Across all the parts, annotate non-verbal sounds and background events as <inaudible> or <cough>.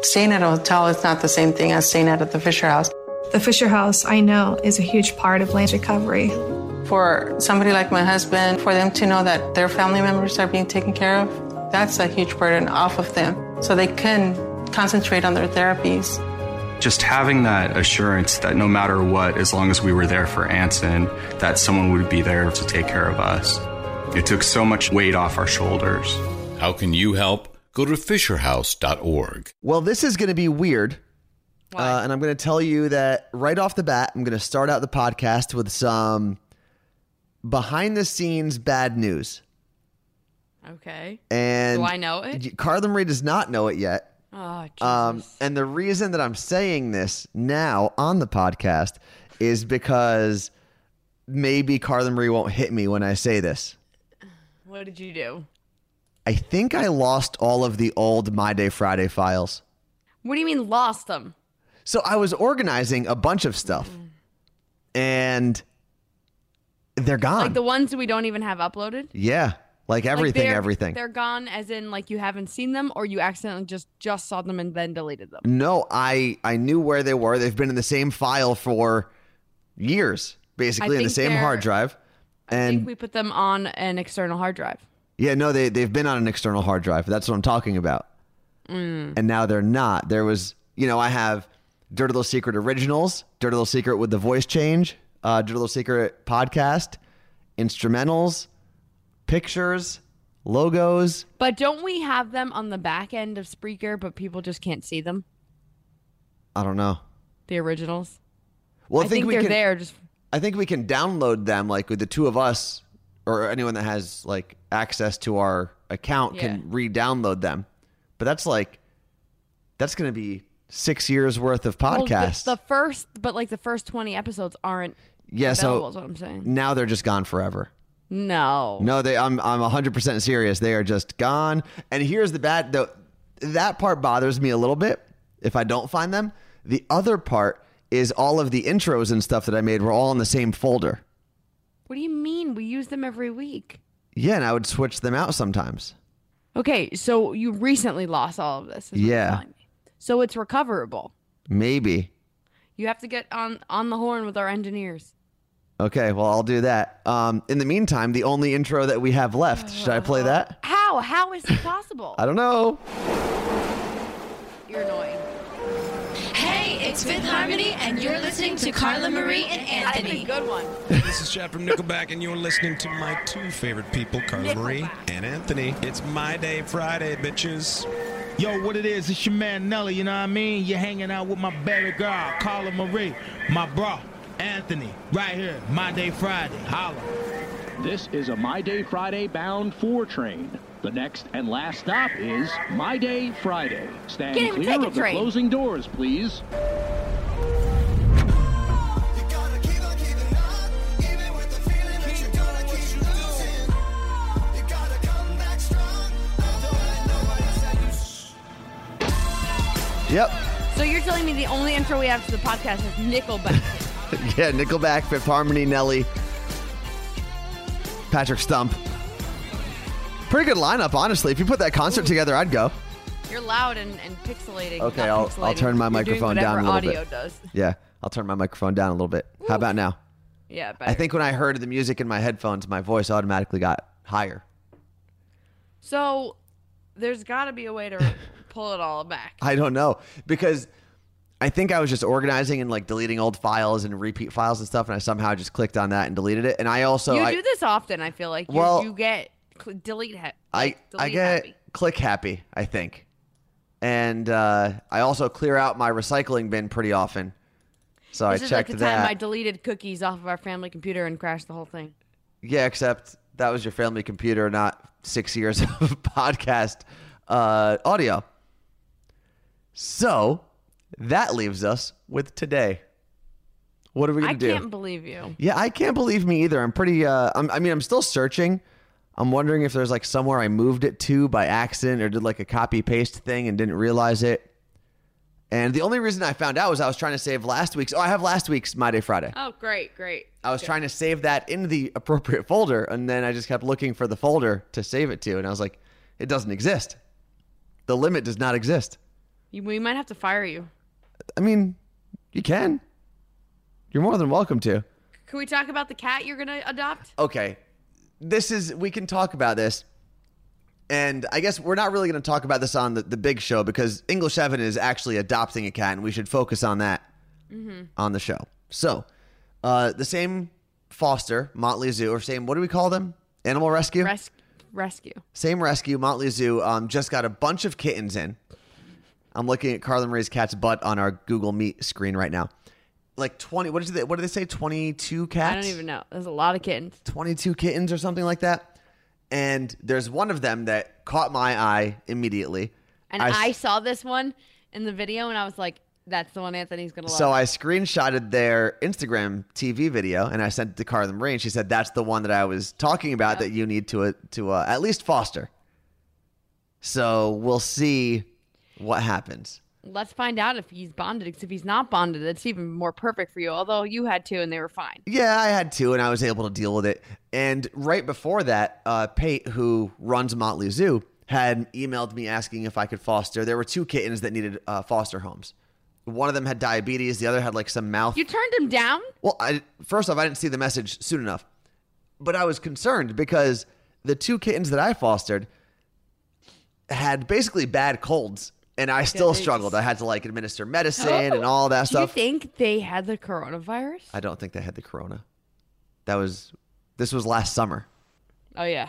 Staying at a hotel is not the same thing as staying at the Fisher House. The Fisher House, I know, is a huge part of Lane's recovery. For somebody like my husband, for them to know that their family members are being taken care of, that's a huge burden off of them so they can concentrate on their therapies. Just having that assurance that no matter what, as long as we were there for Anson, that someone would be there to take care of us. It took so much weight off our shoulders. How can you help? Go to FisherHouse.org. Well, this is going to be weird. Uh, and I'm going to tell you that right off the bat, I'm going to start out the podcast with some behind the scenes bad news. Okay. And Do I know it? Y- Carla Marie does not know it yet. Oh, Jesus. Um, and the reason that I'm saying this now on the podcast is because maybe Carla Marie won't hit me when I say this. what did you do? I think I lost all of the old My Day Friday files. What do you mean lost them? So I was organizing a bunch of stuff and they're gone. Like the ones that we don't even have uploaded? yeah. Like Like, everything, they're- everything. They're gone as in like you haven't seen them or you accidentally just just saw them and then deleted them. No, I I knew where they were. They've been in the same file for years, basically in the think same hard they're- drive. I And think we put them on an external hard drive. yeah, no, they they've been on an external hard drive. That's what I'm talking about. Mm. And now they're not. There was, you know, I have Dirty Little Secret originals, Dirty Little Secret with the voice change, uh, Dirty Little Secret podcast, instrumentals, pictures, logos. But don't we have them on the back end of Spreaker, but people just can't see them? I don't know. The originals? Well, I think, we they're can, there just I think we can download them like with the two of us or anyone that has like access to our account Yeah. can re-download them. But that's like that's going to be 6 years worth of Well, the- podcasts. the first but like the first twenty episodes aren't yeah, available is so what I'm saying. now they're just gone forever. No. No, they I'm I'm 100% serious. They are just gone. And here's the bad the that part bothers me a little bit if I don't find them. The other part is all of the intros and stuff that I made were all in the same folder. What do you mean? We use them every week. Yeah, and I would switch them out sometimes. Okay, so you recently lost all of this. is what you're Yeah. telling me. So it's recoverable. Maybe. You have to get on on the horn with our engineers. Okay, well, I'll do that. Um, in the meantime, the only intro that we have left, should I play that? How? How is it possible? <laughs> I don't know. You're annoying. Hey, it's Fifth Harmony, and you're listening to Carla Marie and That's a Anthony. good one. This is Chad from Nickelback, and you're listening to my two favorite people, Carla Marie and Anthony. It's my day Friday, bitches. Yo, what it is, it's your man Nelly, you know what I mean? You're hanging out with my baby girl, Carla Marie, my bro, Anthony, right here, My Day Friday, holla. This is a My Day Friday bound 4 train. The next and last stop is My Day Friday. Stand Get him, clear take a of the train. closing doors, please. Yep. <laughs> So you're telling me the only intro we have to the podcast is <laughs> Nickelback. Yeah, Nickelback, Fifth Harmony, Nelly, Patrick Stump. Pretty good lineup, honestly. If you put that concert together, I'd go. you're loud and, and pixelating. Okay, not I'll- I'll pixelating. turn my You're doing microphone down a whatever little bit. audio does. Yeah, I'll turn my microphone down a little bit. How about now? Yeah, I better. think when I heard the music in my headphones, my voice automatically got higher. so. There's got to be a <laughs> way to pull it all back. I don't know because I think I was just organizing and like deleting old files and repeat files and stuff, and I somehow just clicked on that and deleted it. And I also you I, do this often. I feel like you, Well- you get cl- delete. Ha- I like, I delete get happy. click happy, I think, and uh, I also clear out my recycling bin pretty often. So This I is checked like the that. time I deleted cookies off of our family computer and crashed the whole thing. yeah, except that was your family computer, not six years <laughs> of podcast uh, audio. So that leaves us with today. What are we gonna I do? can't believe you. Yeah, I can't believe me either. I'm pretty. Uh, I'm, I mean, I'm still searching. I'm wondering if there's like somewhere I moved it to by accident or did like a copy paste thing and didn't realize it. And the only reason I found out was I was trying to save last week's. Oh, I have last week's My Day Friday. Oh, great, great. I was trying to save that in the appropriate folder, and then I just kept looking for the folder to save it to, and I was like, it doesn't exist. The limit does not exist. You- We might have to fire you. I mean, you can. You're more than welcome to. Can we talk about the cat you're gonna adopt? Okay. This is, we can talk about this. And I guess we're not really going to talk about this on the, the big show because English Evan is actually adopting a cat and we should focus on that Mm-hmm. on the show. So, uh, the same foster, Motley Zoo, or same, what do we call them? Animal rescue? Rescue. Same rescue, Motley Zoo, um, just got a bunch of kittens in. I'm looking at Carla Marie's cat's butt on our Google Meet screen right now. Like 20, what, is it, what do they say? 22 cats? I don't even know. There's a lot of kittens. 22 kittens or something like that. And there's one of them that caught my eye immediately. And I I, s- saw this one in the video, and I was like, "That's the one Anthony's gonna love." So I screenshotted their Instagram TV video and I sent it to Carla Marie. And she said, That's the one that I was talking about that you need to, uh, to uh, at least foster. So we'll see what happens. Let's find out if he's bonded. 'cause if he's not bonded, it's even more perfect for you. Although you had two, and they were fine. Yeah, I had two, and I was able to deal with it. And right before that, uh, Pate, who runs Motley Zoo, had emailed me asking if I could foster. There were two kittens that needed uh, foster homes. One of them had diabetes. The other had like some mouth. You turned him down. well, I, first off, I didn't see the message soon enough, but I was concerned because the two kittens that I fostered had basically bad colds, and I still Goodness. struggled. I had to like administer <gasps> medicine and all that Do stuff. you think they had the coronavirus? I don't think they had the corona. That was this was last summer. Oh yeah.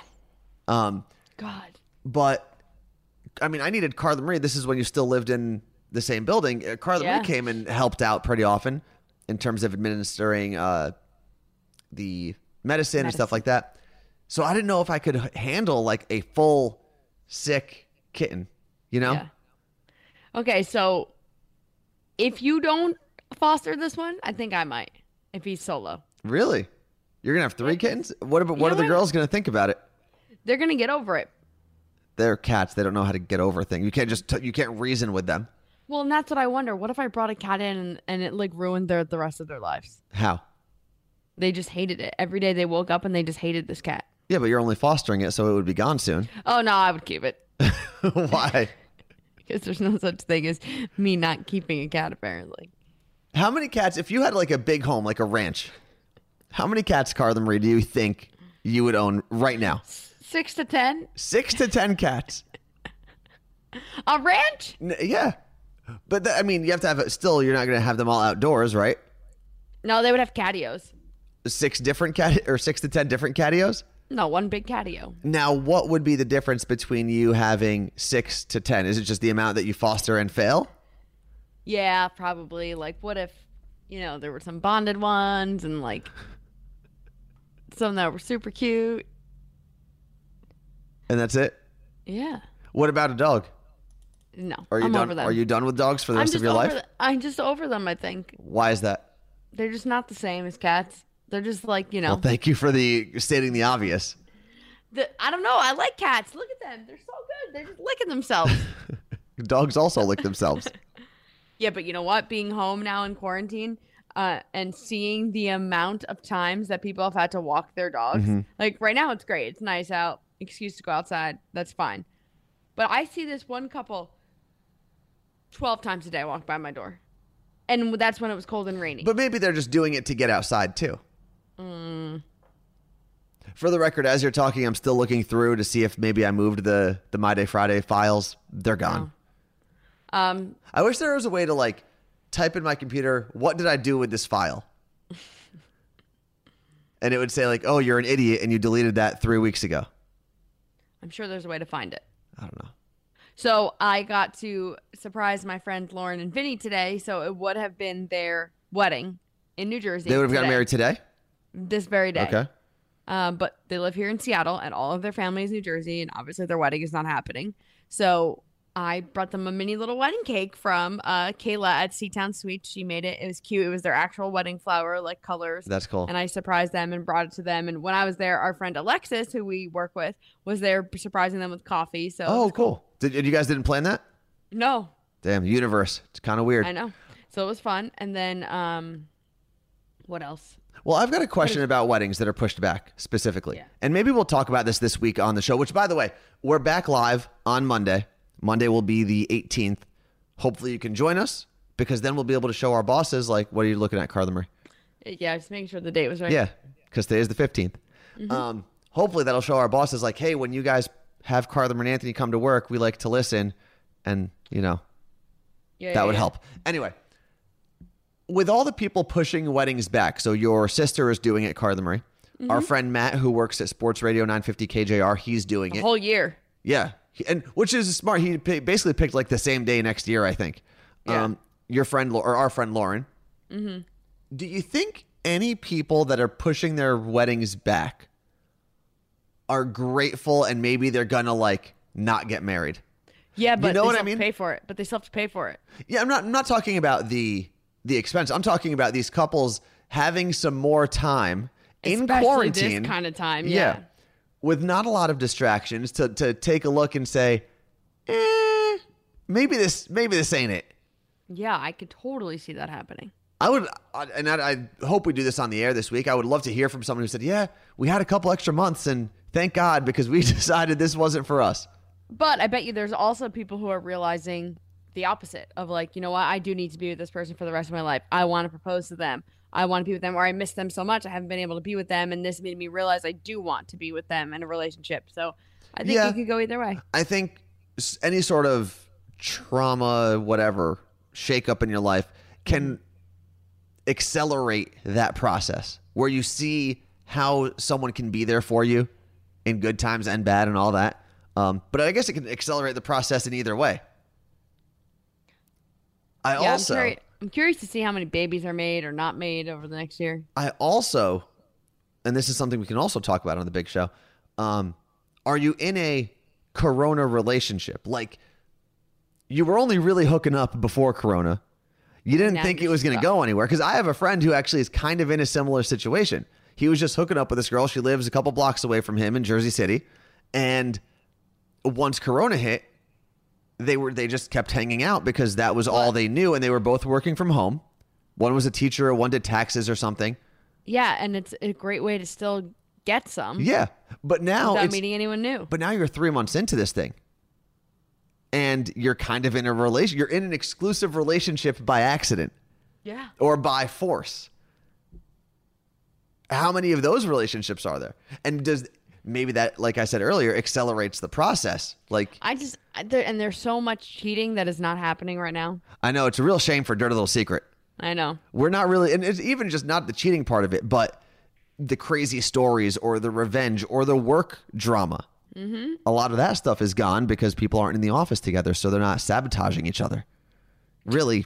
Um, God. but I mean, I needed Carla Marie. This is when you still lived in the same building. Uh, Carla Yeah. Marie came and helped out pretty often in terms of administering uh, the medicine, and stuff Medicine. like that. So I didn't know if I could h- handle like a full sick kitten. You know, Okay, so if you don't foster this one, I think I might. If he's solo, really, you're gonna have three kittens. What about what are the girls gonna think about it? they're gonna get over it. They're cats. They don't know how to get over things. You can't just t- you can't reason with them. Well, and that's what I wonder. What if I brought a cat in and, and it like ruined their the rest of their lives? How? They just hated it. Every day they woke up and they just hated this cat. Yeah, but you're only fostering it, so it would be gone soon. <laughs> Oh no, I would keep it <laughs> Why? because there's no such thing as me not keeping a cat. Apparently, How many cats, if you had like a big home, like a ranch, how many cats, Carla Marie, do you think you would own right now? six to ten, Six to 10 cats. a ranch. N- yeah. But that, I mean, you have to have it still, you're not going to have them all outdoors, right? No, they would have catios. Six different cat or six to 10 different catios. No, one big catio. Now, what would be the difference between you having six to 10? Is it just the amount that you foster and fail? Yeah, probably. Like, what if, you know, there were some bonded ones and like some that were super cute. And that's it? Yeah. What about a dog? No, Are you I'm done? over them. Are you done with dogs for the I'm rest of just your over life? th- I'm just over them. I think Why is that? they're just not the same as cats. They're just like you know. Well, thank you for the stating the obvious. the, I don't know. I like cats. Look at them. They're so good. They're just licking themselves. Dogs also lick <laughs> themselves. yeah, but you know what? Being home now in quarantine. Uh, and seeing the amount of times that people have had to walk their dogs. Mhm. Like right now, it's great. It's nice out. Excuse to go outside. That's fine. But I see this one couple 12 times a day walk by my door. And that's when it was cold and rainy. But maybe they're just doing it to get outside too. Mm. For the record, as you're talking, I'm still looking through to see if maybe I moved the the My Day Friday files. They're Oh. gone. Um, I wish there was a way to like type in my computer, what did I do with this <laughs> file? and it would say like, "Oh, you're an idiot and you deleted that 3 weeks ago." I'm sure there's a way to find it. I don't know. So I got to surprise my friends Lauren and Vinny today. So it would have been their wedding in New Jersey. They would have gotten married today? this very day. Okay. Um, but they live here in Seattle, and all of their family is New Jersey, and obviously their wedding is not happening. So I brought them a mini little wedding cake from uh, Kayla at Seatown Sweets. She made it. It was cute. It was their actual wedding flower, like colors. That's cool. And I surprised them and brought it to them. And when I was there, our friend Alexis, who we work with, was there surprising them with coffee. So it oh, was- cool. Did you guys didn't plan that? no, Damn, universe. It's kind of weird. I know. So it was fun. And then, um, what else? Well, I've got a question about weddings that are pushed back specifically. And maybe we'll talk about this this week on the show, which, by the way, we're back live on Monday. Monday will be the 18th. Hopefully you can join us because then we'll be able to show our bosses like, what are you looking at, Carla Marie? Yeah, just making sure the date was right. Yeah, because today is the 15th. Mhm. Um, hopefully that'll show our bosses like, hey, when you guys have Carla and Anthony come to work, we like to listen, and you know Yeah, that yeah, would yeah. help. Anyway, with all the people pushing weddings back, so your sister is doing it, Carla Marie. Our Mhm. friend Matt, who works at Sports Radio 950 KJR, he's doing A it. whole year. Yeah, He- and which is smart. He pi- basically picked like the same day next year, I think. Yeah. Um, your friend Lau- or our friend Lauren, Mm-hmm. do you think any people that are pushing their weddings back are grateful and maybe they're gonna like not get married? Yeah, but know they what still I have to pay for it. But they still have to pay for it. Yeah, I'm not I'm not talking about the the expense. I'm talking about these couples having some more time in Especially quarantine. this kind of time. yeah. Yeah. With not a lot of distractions to to take a look and say, eh, maybe this maybe this ain't it. Yeah, I could totally see that happening. I would, I- and I, I hope we do this on the air this week. I would love to hear from someone who said, "Yeah, we had a couple extra months, and thank God because we <laughs> decided this wasn't for us." But I bet you there's also people who are realizing the opposite of like, you know what, I do need to be with this person for the rest of my life. I want to propose to them. I want to be with them, or I miss them so much. I haven't been able to be with them, and this made me realize I do want to be with them in a relationship. So I think Yeah. you could go either way. I think s- any sort of trauma, whatever shakeup in your life, can Mm-hmm. accelerate that process where you see how someone can be there for you in good times and bad and all that. Um, but I guess it can accelerate the process in either way. I yeah, also. I'm, curi- I'm curious to see how many babies are made or not made over the next year. I also, and this is something we can also talk about on the big show. Um, are you in a Corona relationship? Like, you were only really hooking up before Corona. You didn't Now think you it was going to suck. go anywhere. Because I have a friend who actually is kind of in a similar situation. He was just hooking up with this girl. She lives a couple blocks away from him in Jersey City. And once Corona hit, they were they just kept hanging out because that was all they knew and they were both working from home. One was a teacher, one did taxes or something. Yeah, and it's a great way to still get some. Yeah, but now Mm-hmm. without it's- meeting anyone new. But now you're three months into this thing, and you're kind of in a relation. You're in an exclusive relationship by accident Yeah. or by force. How many of those relationships are there? And does maybe that, like I said earlier, accelerates the process? Like I just I- there, and there's so much cheating that is not happening right now. I know it's a real shame for Dirty Little Secret. I know. We're not really, and it's even just not the cheating part of it, but the crazy stories or the revenge or the work drama. Mm-hmm. a lot of that stuff is gone because people aren't in the office together, so they're not sabotaging each other. Really,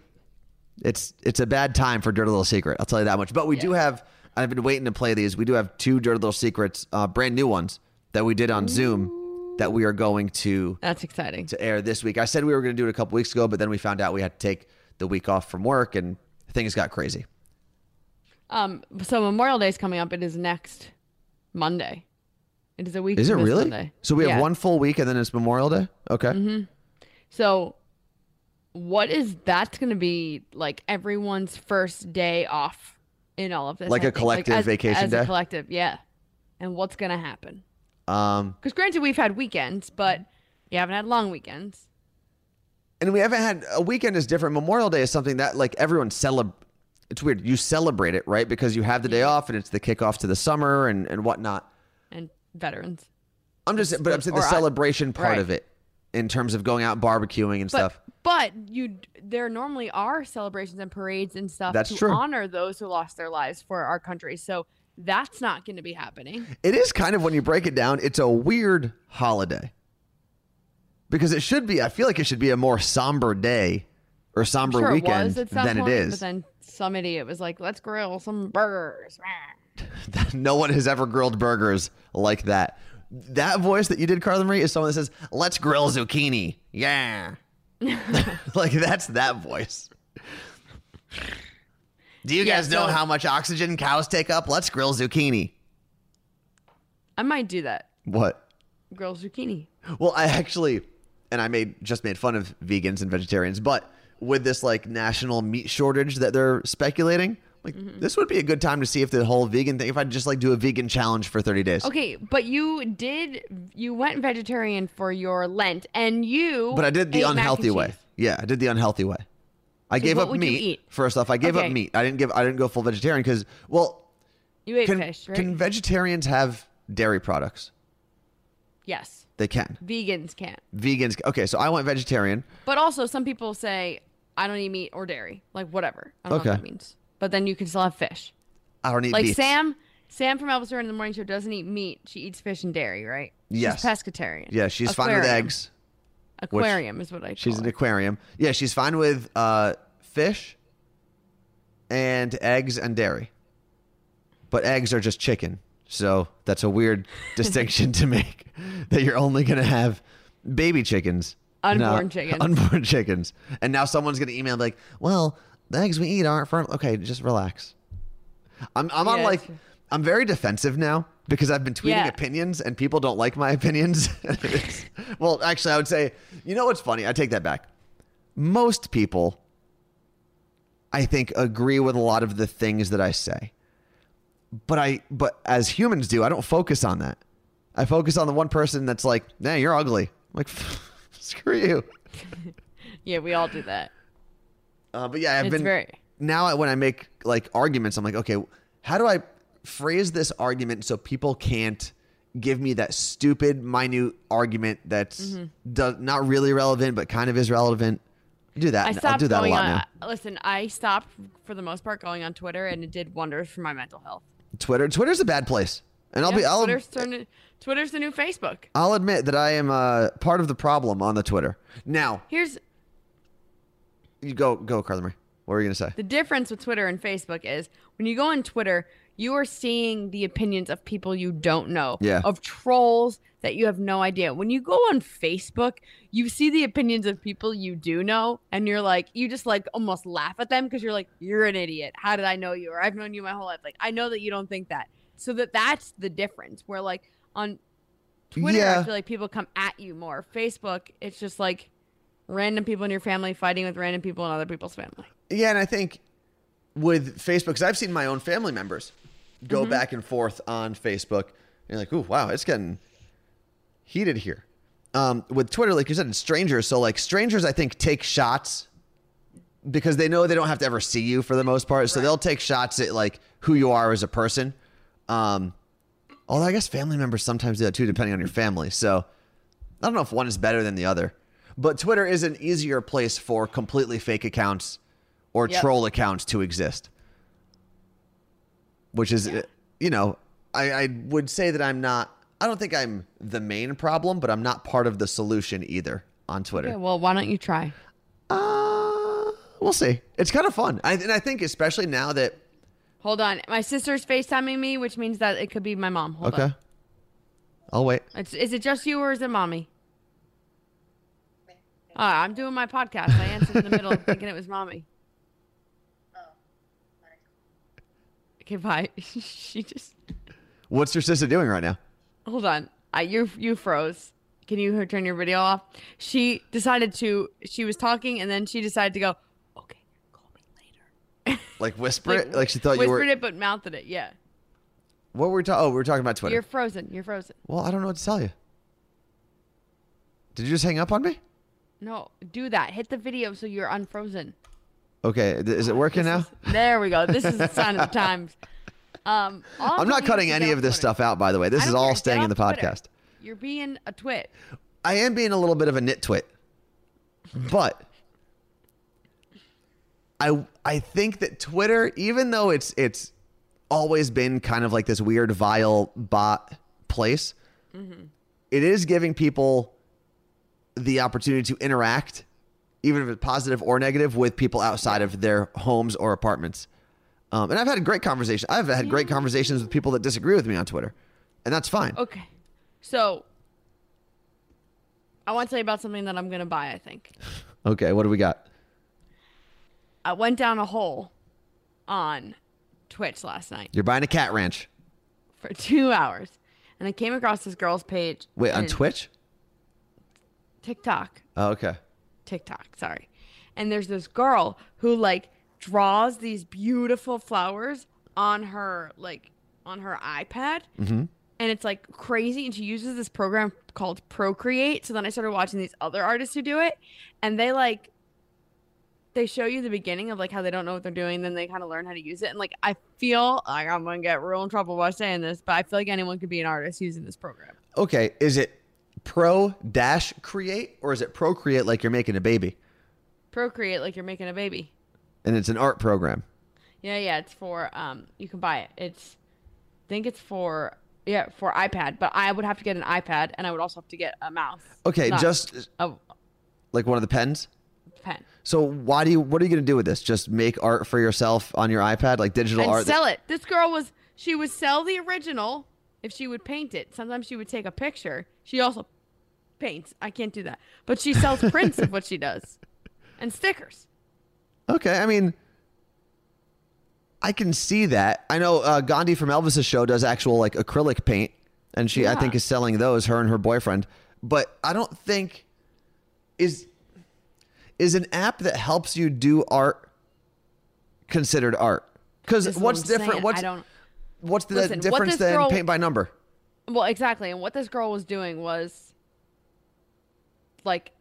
it's it's a bad time for Dirty Little Secret. I'll tell you that much. But we do have. I've been waiting to play these. We do have two Dirty Little Secrets, uh, brand new ones that we did on Zoom that we are going to. That's exciting. To air this week. I said we were going to do it a couple weeks ago, but then we found out we had to take the week off from work, and things got crazy. Um. So Memorial Day is coming up. It is next Monday. It is a week. Is it from this really? Monday. So we have Yeah. one full week, and then it's Memorial Day. Okay. Mhm. So, what is that's going to be like everyone's first day off in all of this? Like I a think. collective as- vacation as day? A collective, yeah. And what's going to happen? Um, Because granted, we've had weekends, but you haven't had long weekends. and we haven't had a weekend is different. Memorial Day is something that like everyone celebrate. It's weird. You celebrate it, right? Because you have the day off and it's the kickoff to the summer and, and whatnot. and veterans. I'm just, but I'm saying the Or I- celebration part right. of it in terms of going out barbecuing and stuff. But you, there normally are celebrations and parades and stuff That's to true. honor those who lost their lives for our country. So that's not going to be happening. It is kind of when you break it down, it's a weird holiday because it should be, I feel like it should be a more somber day or somber sure, it weekend was at some than point, it But is. then some idiot was like, "Let's grill some burgers." no one has ever grilled burgers like that. That voice that you did, Carla Marie, is someone that says, let's grill zucchini. Yeah. <laughs> like that's that voice. Do you Yeah, guys know so- how much oxygen cows take up? Let's grill zucchini. I might do that. What? Grill zucchini. Well, I actually, and I made just made fun of vegans and vegetarians, but with this like national meat shortage that they're speculating, like Mm-hmm. this would be a good time to see if the whole vegan thing, if I just like do a vegan challenge for 30 days. Okay, but you did you went vegetarian for your Lent, and you But I did the ate mac and unhealthy way. cheese. Yeah, I did the unhealthy way. I So gave what up would you meat. eat? First off, I gave Okay. up meat. I didn't give. I didn't go full vegetarian because well, You ate can, fish, right? can vegetarians have dairy products? yes. They can. Vegans can't. Vegans. Okay, so I went vegetarian. But also, some people say, I don't eat meat or dairy. Like, whatever. I don't know Okay. what that means. But then you can still have fish. I don't eat like, beef. Sam, Sam from Elvis in the Morning Show doesn't eat meat. She eats fish and dairy, right? Yes. She's pescatarian. Yeah, she's fine with Aquarium. eggs. which- Aquarium is what I call She's it. an aquarium. Yeah, she's fine with uh, fish and eggs and dairy. But eggs are just chicken. So that's a <laughs> weird distinction to make that you're only going to have baby chickens. Unborn No, <laughs> chickens. Unborn chickens. And now someone's going to email like, well, the eggs we eat aren't for. Okay, just relax. I'm, I'm on Yeah, like, it's- I'm very defensive now because I've been tweeting Yeah. opinions and people don't like my <laughs> opinions. It's- well, actually, I would say, you know what's funny? I take that back. Most people, I think, agree with a lot of the things that I say. But I, but as humans do, I don't focus on that. I focus on the one person that's like, "Nah, you're ugly." I'm like, <laughs> screw you. Yeah, we all do that. Uh, but yeah, I've It's been very- now I- when I make like arguments, I'm like, okay, how do I phrase this argument so people can't give me that stupid, minute argument that's Mm-hmm. do- not really relevant but kind of is relevant? I do that. I n- stopped I'll do that a going lot on. now. Listen, I stopped for the most part going on Twitter, and it did wonders for my mental health. Twitter, Twitter's a bad place, and I'll Yeah, be, I'll, Twitter's, turned, Twitter's the new Facebook. I'll admit that I am uh, part of the problem on the Twitter. Now, Here's you go, go, Carla Marie. What were you gonna say? The difference with Twitter and Facebook is when you go on Twitter, you are seeing the opinions of people you don't know, Yeah. of trolls that you have no idea. When you go on Facebook, you see the opinions of people you do know, and you're like, you just like almost laugh at them because you're like, you're an idiot. How did I know you? Or I've known you my whole life. Like, I know that you don't think that. So that that's the difference. Where like on Twitter, I Yeah. feel like people come at you more. Facebook, it's just like random people in your family fighting with random people in other people's family. Yeah, and I think with Facebook, because I've seen my own family members go back and forth on Facebook. And you're like, ooh, wow, it's getting heated here. Um, with Twitter, like you said, it's strangers. So, like, strangers, I think, take shots because they know they don't have to ever see you for the most part. So, they'll take shots at, like, who you are as a person. Um, although, I guess family members sometimes do that too, depending on your family. So, I don't know if one is better than the other, but Twitter is an easier place for completely fake accounts or Yep. troll accounts to exist. Which is, uh, you know, I, I would say that I'm not, I don't think I'm the main problem, but I'm not part of the solution either on Twitter. Okay, well, why don't you try? uh, we'll see. It's kind of fun. I, and I think, especially now that, Hold on. My sister's FaceTiming me, which means that it could be my mom. Hold okay, on. I'll wait. It's, is it just you or is it mommy? All right, I'm doing my podcast. I answered in the <laughs> middle thinking it was mommy. Okay, bye. <laughs> she just What's your sister doing right now? hold on. I you you froze. Can you turn your video off? She decided to. She was talking and then she decided to go. Okay, call me later. Like whisper it? Like she thought whispered you were, it but mouthed it. Yeah, what were we talking? Oh, we were talking about Twitter. you're frozen. You're frozen. Well, I don't know what to tell you. Did you just hang up on me? No, do that. Hit the video so you're unfrozen. Okay, th- is it working now? There we go. This is the sign <laughs> of the times. Um, all I'm not telling cutting you is to any get of off this Twitter. stuff out, by the way. This I is don't care. all Get staying in the off Twitter. podcast. You're being a twit. I am being a little bit of a nitwit, but I I think that Twitter, even though it's it's always been kind of like this weird vile bot place, it is giving people the opportunity to interact, even if it's positive or negative, with people outside of their homes or apartments. Um, and I've had a great conversation. I've had great conversations with people that disagree with me on Twitter, and that's fine. Okay. So I want to tell you about something that I'm going to buy, I think. Okay, what do we got? I went down a hole on Twitch last night You're buying a cat ranch. for <laughs> 2 hours and I came across this girl's page Wait, on and- Twitch? TikTok. Oh, okay. TikTok, sorry. And there's this girl who like draws these beautiful flowers on her like on her iPad. And it's like crazy. And she uses this program called Procreate. So then I started watching these other artists who do it. And they like they show you the beginning of like how they don't know what they're doing, then they kind of learn how to use it. And like I feel like I'm gonna get real in trouble by saying this, but I feel like anyone could be an artist using this program. Okay, is it pro dash create or is it procreate like you're making a baby Procreate like you're making a baby. and it's an art program? Yeah, yeah, it's for um you can buy it. It's I think it's for yeah, for iPad, but I would have to get an iPad and I would also have to get a mouse. Okay, not just a like one of the pens. pen. So why do you? What are you going to do with this? Just make art for yourself on your iPad, like digital and art. sell it. This girl was she would sell the original if she would paint it. Sometimes she would take a picture. She also paints. I can't do that. But she sells prints of what <laughs> she does. And stickers. Okay, I mean, I can see that. I know uh, Gandhi from Elvis's show does actual like acrylic paint, and she I Yeah. think is selling those. Her and her boyfriend, but I don't think is is an app that helps you do art considered art? This Because is what what's I'm different? saying. What's I don't what's the Listen, what difference this than girl- paint by number? Well, exactly. And what this girl was doing was like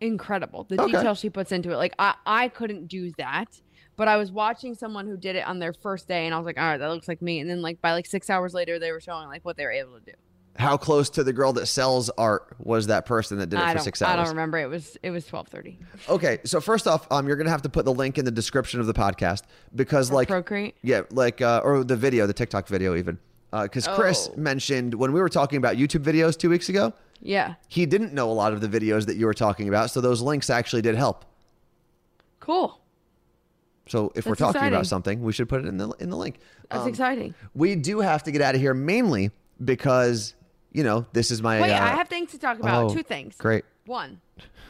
incredible. The Okay. detail she puts into it. Like I, I couldn't do that. But I was watching someone who did it on their first day and I was like, all right, that looks like me. And then like by like six hours later they were showing like what they were able to do. How close to the girl that sells art was that person that did it I for don't six I hours? don't remember. It was it was twelve thirty. Okay, so first off, um, you're gonna have to put the link in the description of the podcast because, like, Procreate? yeah, like, uh, or the video, the TikTok video, even, because Chris Oh. mentioned when we were talking about YouTube videos two weeks ago, Yeah. he didn't know a lot of the videos that you were talking about, so those links actually did help. Cool. So if we're That's talking exciting. about something, we should put it in the in the link. That's Um, exciting. We do have to get out of here mainly because you know this is my. Wait, uh, I have things to talk about. oh, Two things. Great. One,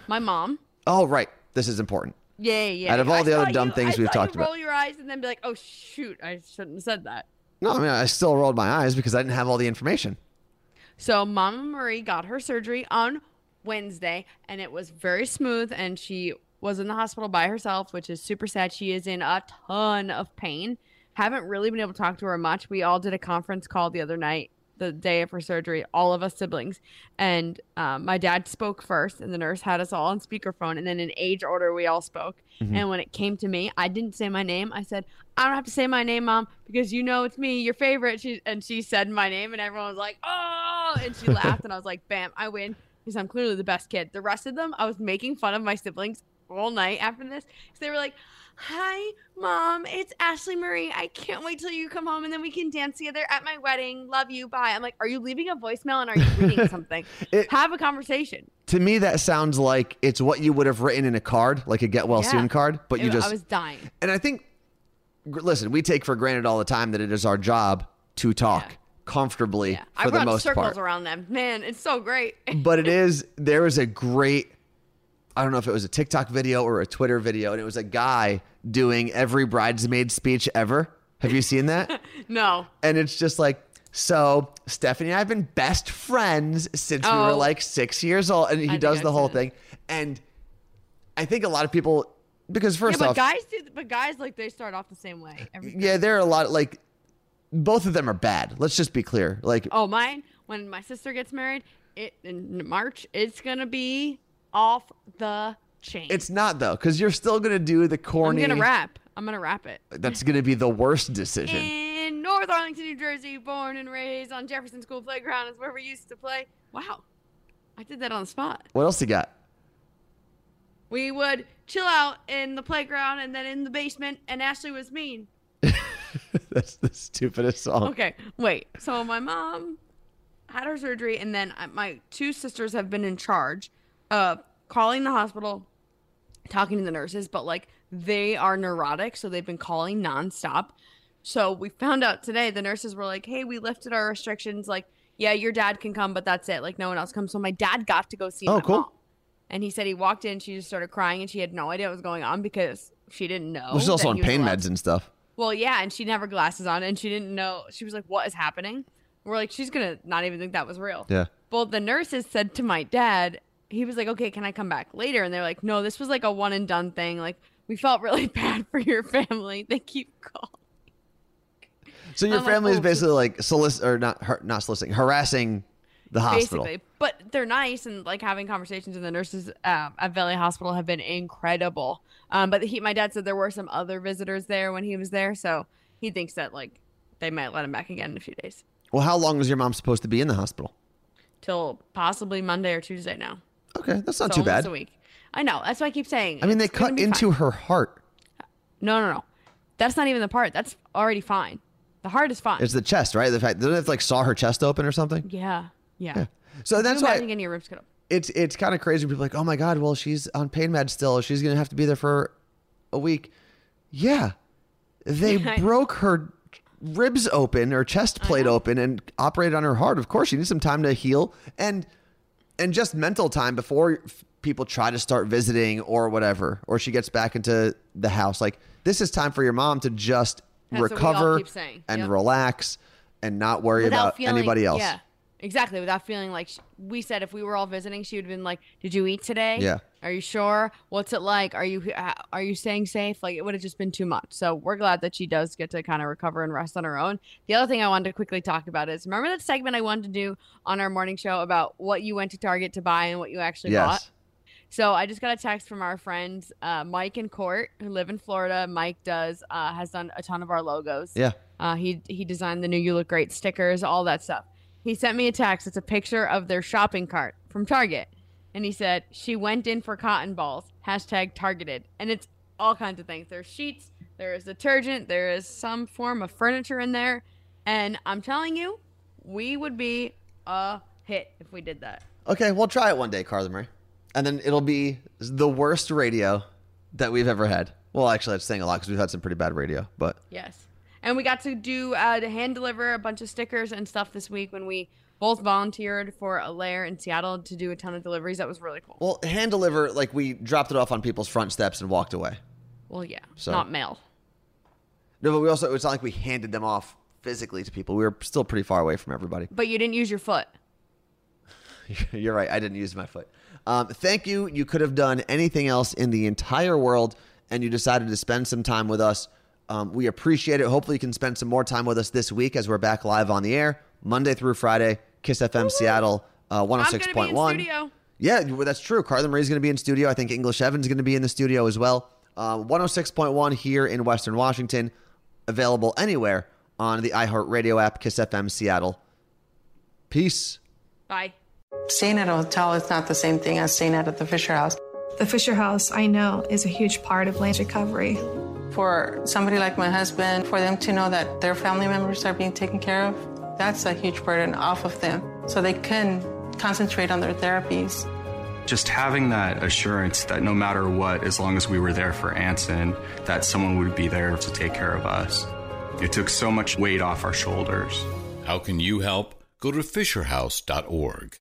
my mom. Oh right, this is important. Yeah, yeah. Out of yeah. all the other saw dumb you- things I we've saw talked you about. roll your eyes and then be like, "Oh shoot, I shouldn't have said that." No, I mean I still rolled my eyes because I didn't have all the information. So, Mama Marie got her surgery on Wednesday, and it was very smooth. And she was in the hospital by herself, which is super sad. She is in a ton of pain. Haven't really been able to talk to her much. We all did a conference call the other night, the day of her surgery, all of us siblings. And um, my dad spoke first, and the nurse had us all on speakerphone. And then in age order, we all spoke. Mhm. And when it came to me, I didn't say my name. I said, I don't have to say my name, mom, because you know it's me, your favorite. She, and she said my name, and everyone was like, oh, and she laughed. and I was like, bam, I win because I'm clearly the best kid. The rest of them, I was making fun of my siblings all night after this. So they were like, hi, mom, it's Ashley Marie. I can't wait till you come home and then we can dance together at my wedding. Love you. Bye. I'm like, are you leaving a voicemail and are you <laughs> reading something? have a conversation. To me, that sounds like it's what you would have written in a card, like a get well Yeah. soon card, but you It- just. I was dying. and I think, gr- listen, we take for granted all the time that it is our job to talk comfortably I for the run most circles part. around them. Man, it's so great. <laughs> but it is, there was a great, I don't know if it was a TikTok video or a Twitter video, and it was a guy doing every bridesmaid speech ever. Have you seen <laughs> that? no. and it's just like, so Stephanie and I have been best friends since we were Oh. like six years old, and he I think does I've the whole seen thing. And I think a lot of people, because first yeah, but off, Mm. guys do. But guys like they start off the same way. Every, yeah, there are a lot like both of them are bad. Let's just be clear. Like, oh, mine. When my sister gets married, it in March, it's gonna be off the chain. it's not though, because you're still gonna do the I'm corny. gonna rap. I'm gonna rap it. That's gonna be the worst Eh. decision. In North Arlington, New Jersey, born and raised on Jefferson School Playground is where we used to play. Wow, I did that on the spot. What else you got? <laughs> We would chill out in the playground and then in the basement, and Ashley was mean. That's the stupidest song. <laughs> Okay, wait. So my mom had her surgery, and then I- my two sisters have been in charge of calling the hospital, talking to the nurses, but like they are neurotic, so they've been calling nonstop. So we found out today the nurses were like, "Hey, we lifted our restrictions. Like, yeah, your dad can come, but that's it. Like, no one else comes." So my dad got to go see. Oh, my cool. mom. And he said he walked in, she just started crying, and she had no idea what was going on because she didn't know. Well, she's also that on he was pain allowed meds and stuff. well, yeah, and she didn't have her glasses on, and she didn't know. She was like, "What is happening?" We're like, "She's gonna not even think that was real." Yeah. Well, the nurses said to my dad, he was like, "Okay, can I come back later?" And they're like, "No, this was like a one and done thing. Like, we felt really <laughs> bad for your family. They keep calling." So your I'm like, family is oh, so- basically like solicit or not, har- not soliciting, harassing The hospital. Basically. But they're nice and like having conversations, and the nurses um, at Valley Hospital have been incredible. Um, but he, my dad said there were some other visitors there when he was there, so he thinks that like they might let him back again in a few days Well, how long was your mom supposed to be in the hospital? till possibly Monday or Tuesday now. Okay, that's not So too bad. almost a week. I know. That's why I keep saying. I mean, they it's gonna cut be into fine. her heart. No, no, no. That's not even the part. That's already fine. The heart is fine. It's the chest, right? The fact they have like saw her chest open or something. yeah, yeah. Yeah. So that's you why imagine getting your ribs cut off. it's it's kind of crazy. People are like, oh my god, well she's on pain meds still. She's gonna have to be there for a week. Yeah, <laughs> they broke her ribs open or chest plate open and operated on her heart. Of course, she needs some time to heal and and just mental time before f- people try to start visiting or whatever, or she gets back into the house. Like this is time for your mom to just That's what we all recover keep saying. and Yep. relax and not worry about anybody else. Yeah, exactly. Without feeling like sh we said if we were all visiting, she would have been like, "Did you eat today? Yeah. Are you sure? What's it like? Are you uh, are you staying safe? Like it would have just been too much. So we're glad that she does get to kind of recover and rest on her own. The other thing I wanted to quickly talk about is remember that segment I wanted to do on our morning show about what you went to Target to buy and what you actually bought. Yes. So I just got a text from our friends uh, Mike and Court, who live in Florida. Mike does uh, has done a ton of our logos. Yeah. Uh, he he designed the new "You Look Great" stickers, all that stuff. He sent me a text. It's a picture of their shopping cart from Target, and he said she went in for cotton balls. Hashtag targeted, and it's all kinds of things. There's sheets, there is detergent, there is some form of furniture in there, and I'm telling you, we would be a hit if we did that. Okay, we'll try it one day, Carla Marie. And then it'll be the worst radio that we've ever had. Well, actually, that's saying a lot because we've had some pretty bad radio, but Yes. And we got to do uh, to hand deliver a bunch of stickers and stuff this week when we both volunteered for a lair in Seattle to do a ton of deliveries. That was really cool. well, hand deliver, like we dropped it off on people's front steps and walked away. Well, yeah, So- not mail. No, but we also, it's not like we handed them off physically to people. We were still pretty far away from everybody. But you didn't use your foot. <laughs> You're right. I didn't use my foot. Um, thank you. You could have done anything else in the entire world, and you decided to spend some time with us. Um, we appreciate it. Hopefully, you can spend some more time with us this week as we're back live on the air Monday through Friday. Kiss FM Seattle uh, I'm gonna be in 106.1. studio. Yeah, well, that's true. Carla Marie's going to be in studio. I think English Evan's going to be in the studio as well. Uh, 106.1 here in Western Washington, available anywhere on the iHeartRadio app, Kiss FM Seattle. Peace. Bye. Staying at a hotel is not the same thing as staying at the Fisher House. The Fisher House, I know, is a huge part of land recovery. For somebody like my husband, for them to know that their family members are being taken care of, that's a huge burden off of them. So they can concentrate on their therapies. Just having that assurance that no matter what, as long as we were there for Anson, that someone would be there to take care of us. It took so much weight off our shoulders. How can you help? Go to FisherHouse.org.